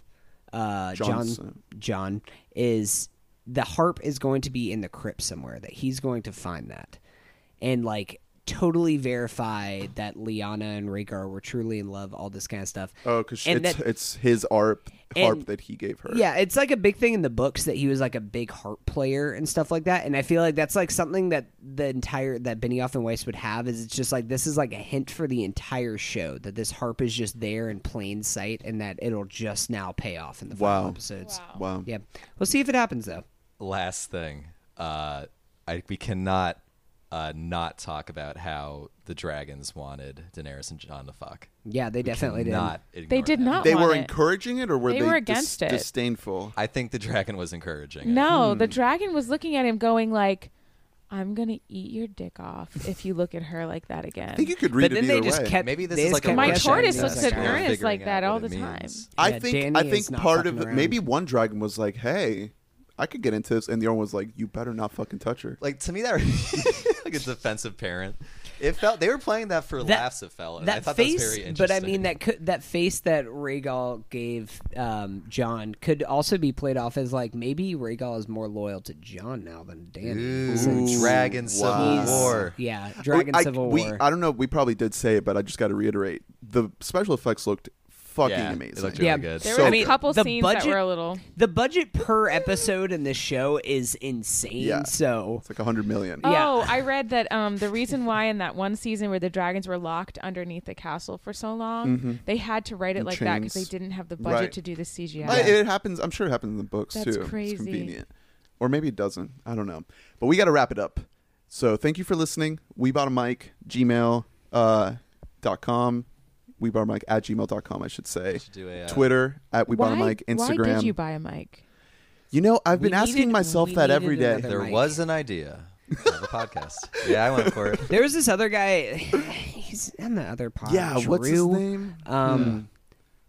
uh, John,
Johnson.
John is the harp is going to be in the crypt somewhere. That he's going to find that, and like totally verify that Lyanna and Rhaegar were truly in love. All this kind of stuff.
Oh, cuz
And
it's
that-
it's his harp harp
and-
that he gave her.
yeah, it's like a big thing in the books that he was like a big harp player and stuff like that. And I feel like that's like something that the entire that Benioff and Weiss would have is it's just like this is like a hint for the entire show that this harp is just there in plain sight and that it'll just now pay off in the final
Wow.
episodes.
Wow.
Yeah, we'll see if it happens though.
last thing. Uh, I, we cannot uh, not talk about how the dragons wanted Daenerys and Jon to fuck.
Yeah, they definitely did.
Not ignore
They did
that.
not.
They
want
were
it.
encouraging it or were
They
they,
were
dis-
against it.
disdainful?
I think the dragon was encouraging. it.
No,
Hmm.
the dragon was looking at him, going like, "I'm gonna eat your dick off if you look at her like that again."
I think you could read
But
it
then
either
they just
way.
kept.
Maybe this
they
is like
just
a
kept
My
guessing.
tortoise
Yeah.
looks at
We're
Ernest
figuring
like that
out
all
what
the
it
time.
means.
I
"Oh, Yeah,
think
Danny
I
is
think
not
part
fucking
of
around.
maybe one dragon was like, "Hey, I could get into this," and the other one was like, "You better not fucking touch her."
Like to me, that like a defensive parent. It felt they were playing that for
That-
laughs. It felt and I
that
thought
face,
that was very interesting.
but I mean that could, that face that Rhaegal gave um, John could also be played off as like maybe Rhaegal is more loyal to John now than Danny.
Ooh,
since
dragon civil
wow.
he's-
war.
yeah, Dragon
I,
Civil
we,
War.
I don't know. We probably did say it, but I just got to reiterate: the special effects looked fucking
Yeah, it
amazing.
looked really
yeah,
good.
There
So
were
good.
a couple
the
scenes
budget,
that were a little.
The budget per episode in this show is insane.
Yeah.
So
it's like a hundred million.
Yeah.
Oh, I read that um, the reason why in that one season where the dragons were locked underneath the castle for so long, they had to write it
And
like that because
Mm-hmm.
they
chains.
didn't have the budget
Right.
to do the CGI.
I- It happens. I'm sure it happens in the books
That's
too.
crazy.
It's convenient, or maybe it doesn't. I don't know. But we got to wrap it up. So thank you for listening. We bought a mic. Gmail. Uh, dot com. We bought a mic at gmail.com, I should say.
Should do a, uh,
Twitter at we bought a
Why-
mic. Instagram.
Why did you buy a mic?
You know, I've
We
been asking
needed-
myself
we
that
needed
every day.
another-
There
Mike.
was an idea of a podcast. Yeah, I went for it.
There was this other guy. He's on the other pod.
Yeah,
Drew,
what's his name?
Um,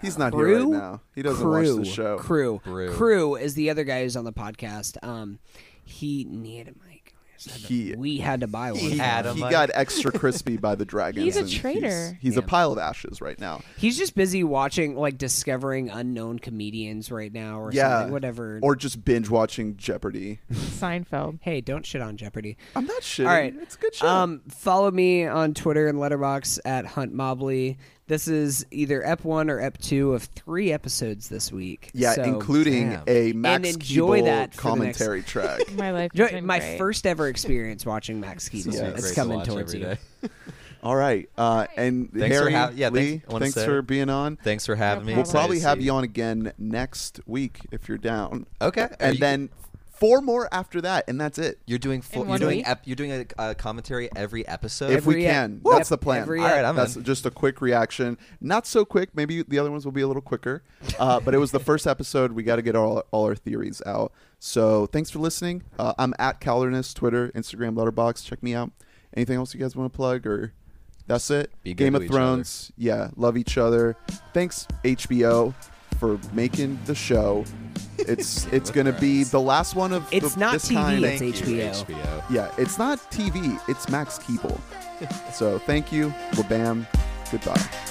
He's not here
Brew?
right now. He doesn't
Crew.
watch the show.
Crew.
Brew.
Crew is the other guy who's on the podcast. Um, he needed a mic. We just had to-
He-
we had to buy one.
He,
had him,
he
Mike.
got extra crispy by the dragons.
He's a
and He's,
traitor.
he's a pile of ashes right now.
He's just busy watching, like discovering unknown comedians right now, or
yeah,
something, whatever.
Or just binge watching Jeopardy.
Seinfeld.
hey, don't shit on Jeopardy.
I'm not shitting.
All right,
it's a good show.
Um, follow me on Twitter and Letterbox at Hunt Mobley. This is either ep one or ep two of three episodes this week.
yeah,
So-
including
damn.
a Max
enjoy
Keeble
that for the next-
commentary track.
My life. has
Jo-
been
my
great.
first ever experience watching Max Keaton.
Yeah,
Great
it's
to
coming
watch
towards
every
you.
day.
All right, uh, and
Thanks for
Harry,
hav- yeah,
Lee,
thanks- I wanna
thanks
say-
for being on.
Thanks for having me.
We'll
We'll
Excited
probably
to
have
see
you on again next week if you're down.
Okay. Are
and
you-
then four more after that, and that's it.
You're doing full,
In
you're
one
doing
week?
ep, you're doing a, a commentary every episode.
if we
Every ep-
can,
Woo!
that's the plan.
Every
All right,
ep.
I'm
that's
in.
just a quick reaction. Not so quick. Maybe the other ones will be a little quicker. Uh, but it was the first episode. We got to get all, all our theories out. So thanks for listening. Uh, I'm at Calernus, Twitter, Instagram, Letterbox. Check me out. Anything else you guys want to plug or? That's it.
Be good
Game
to
of
each other.
Thrones. Yeah, love each other. Thanks HBO for making the show. It's it's gonna be the last one of
It's
the-
not
this
TV,
kind.
it's
Thank you,
HBO.
HBO.
Yeah, it's not TV, it's Max Keeble. so thank you, Wabam, goodbye.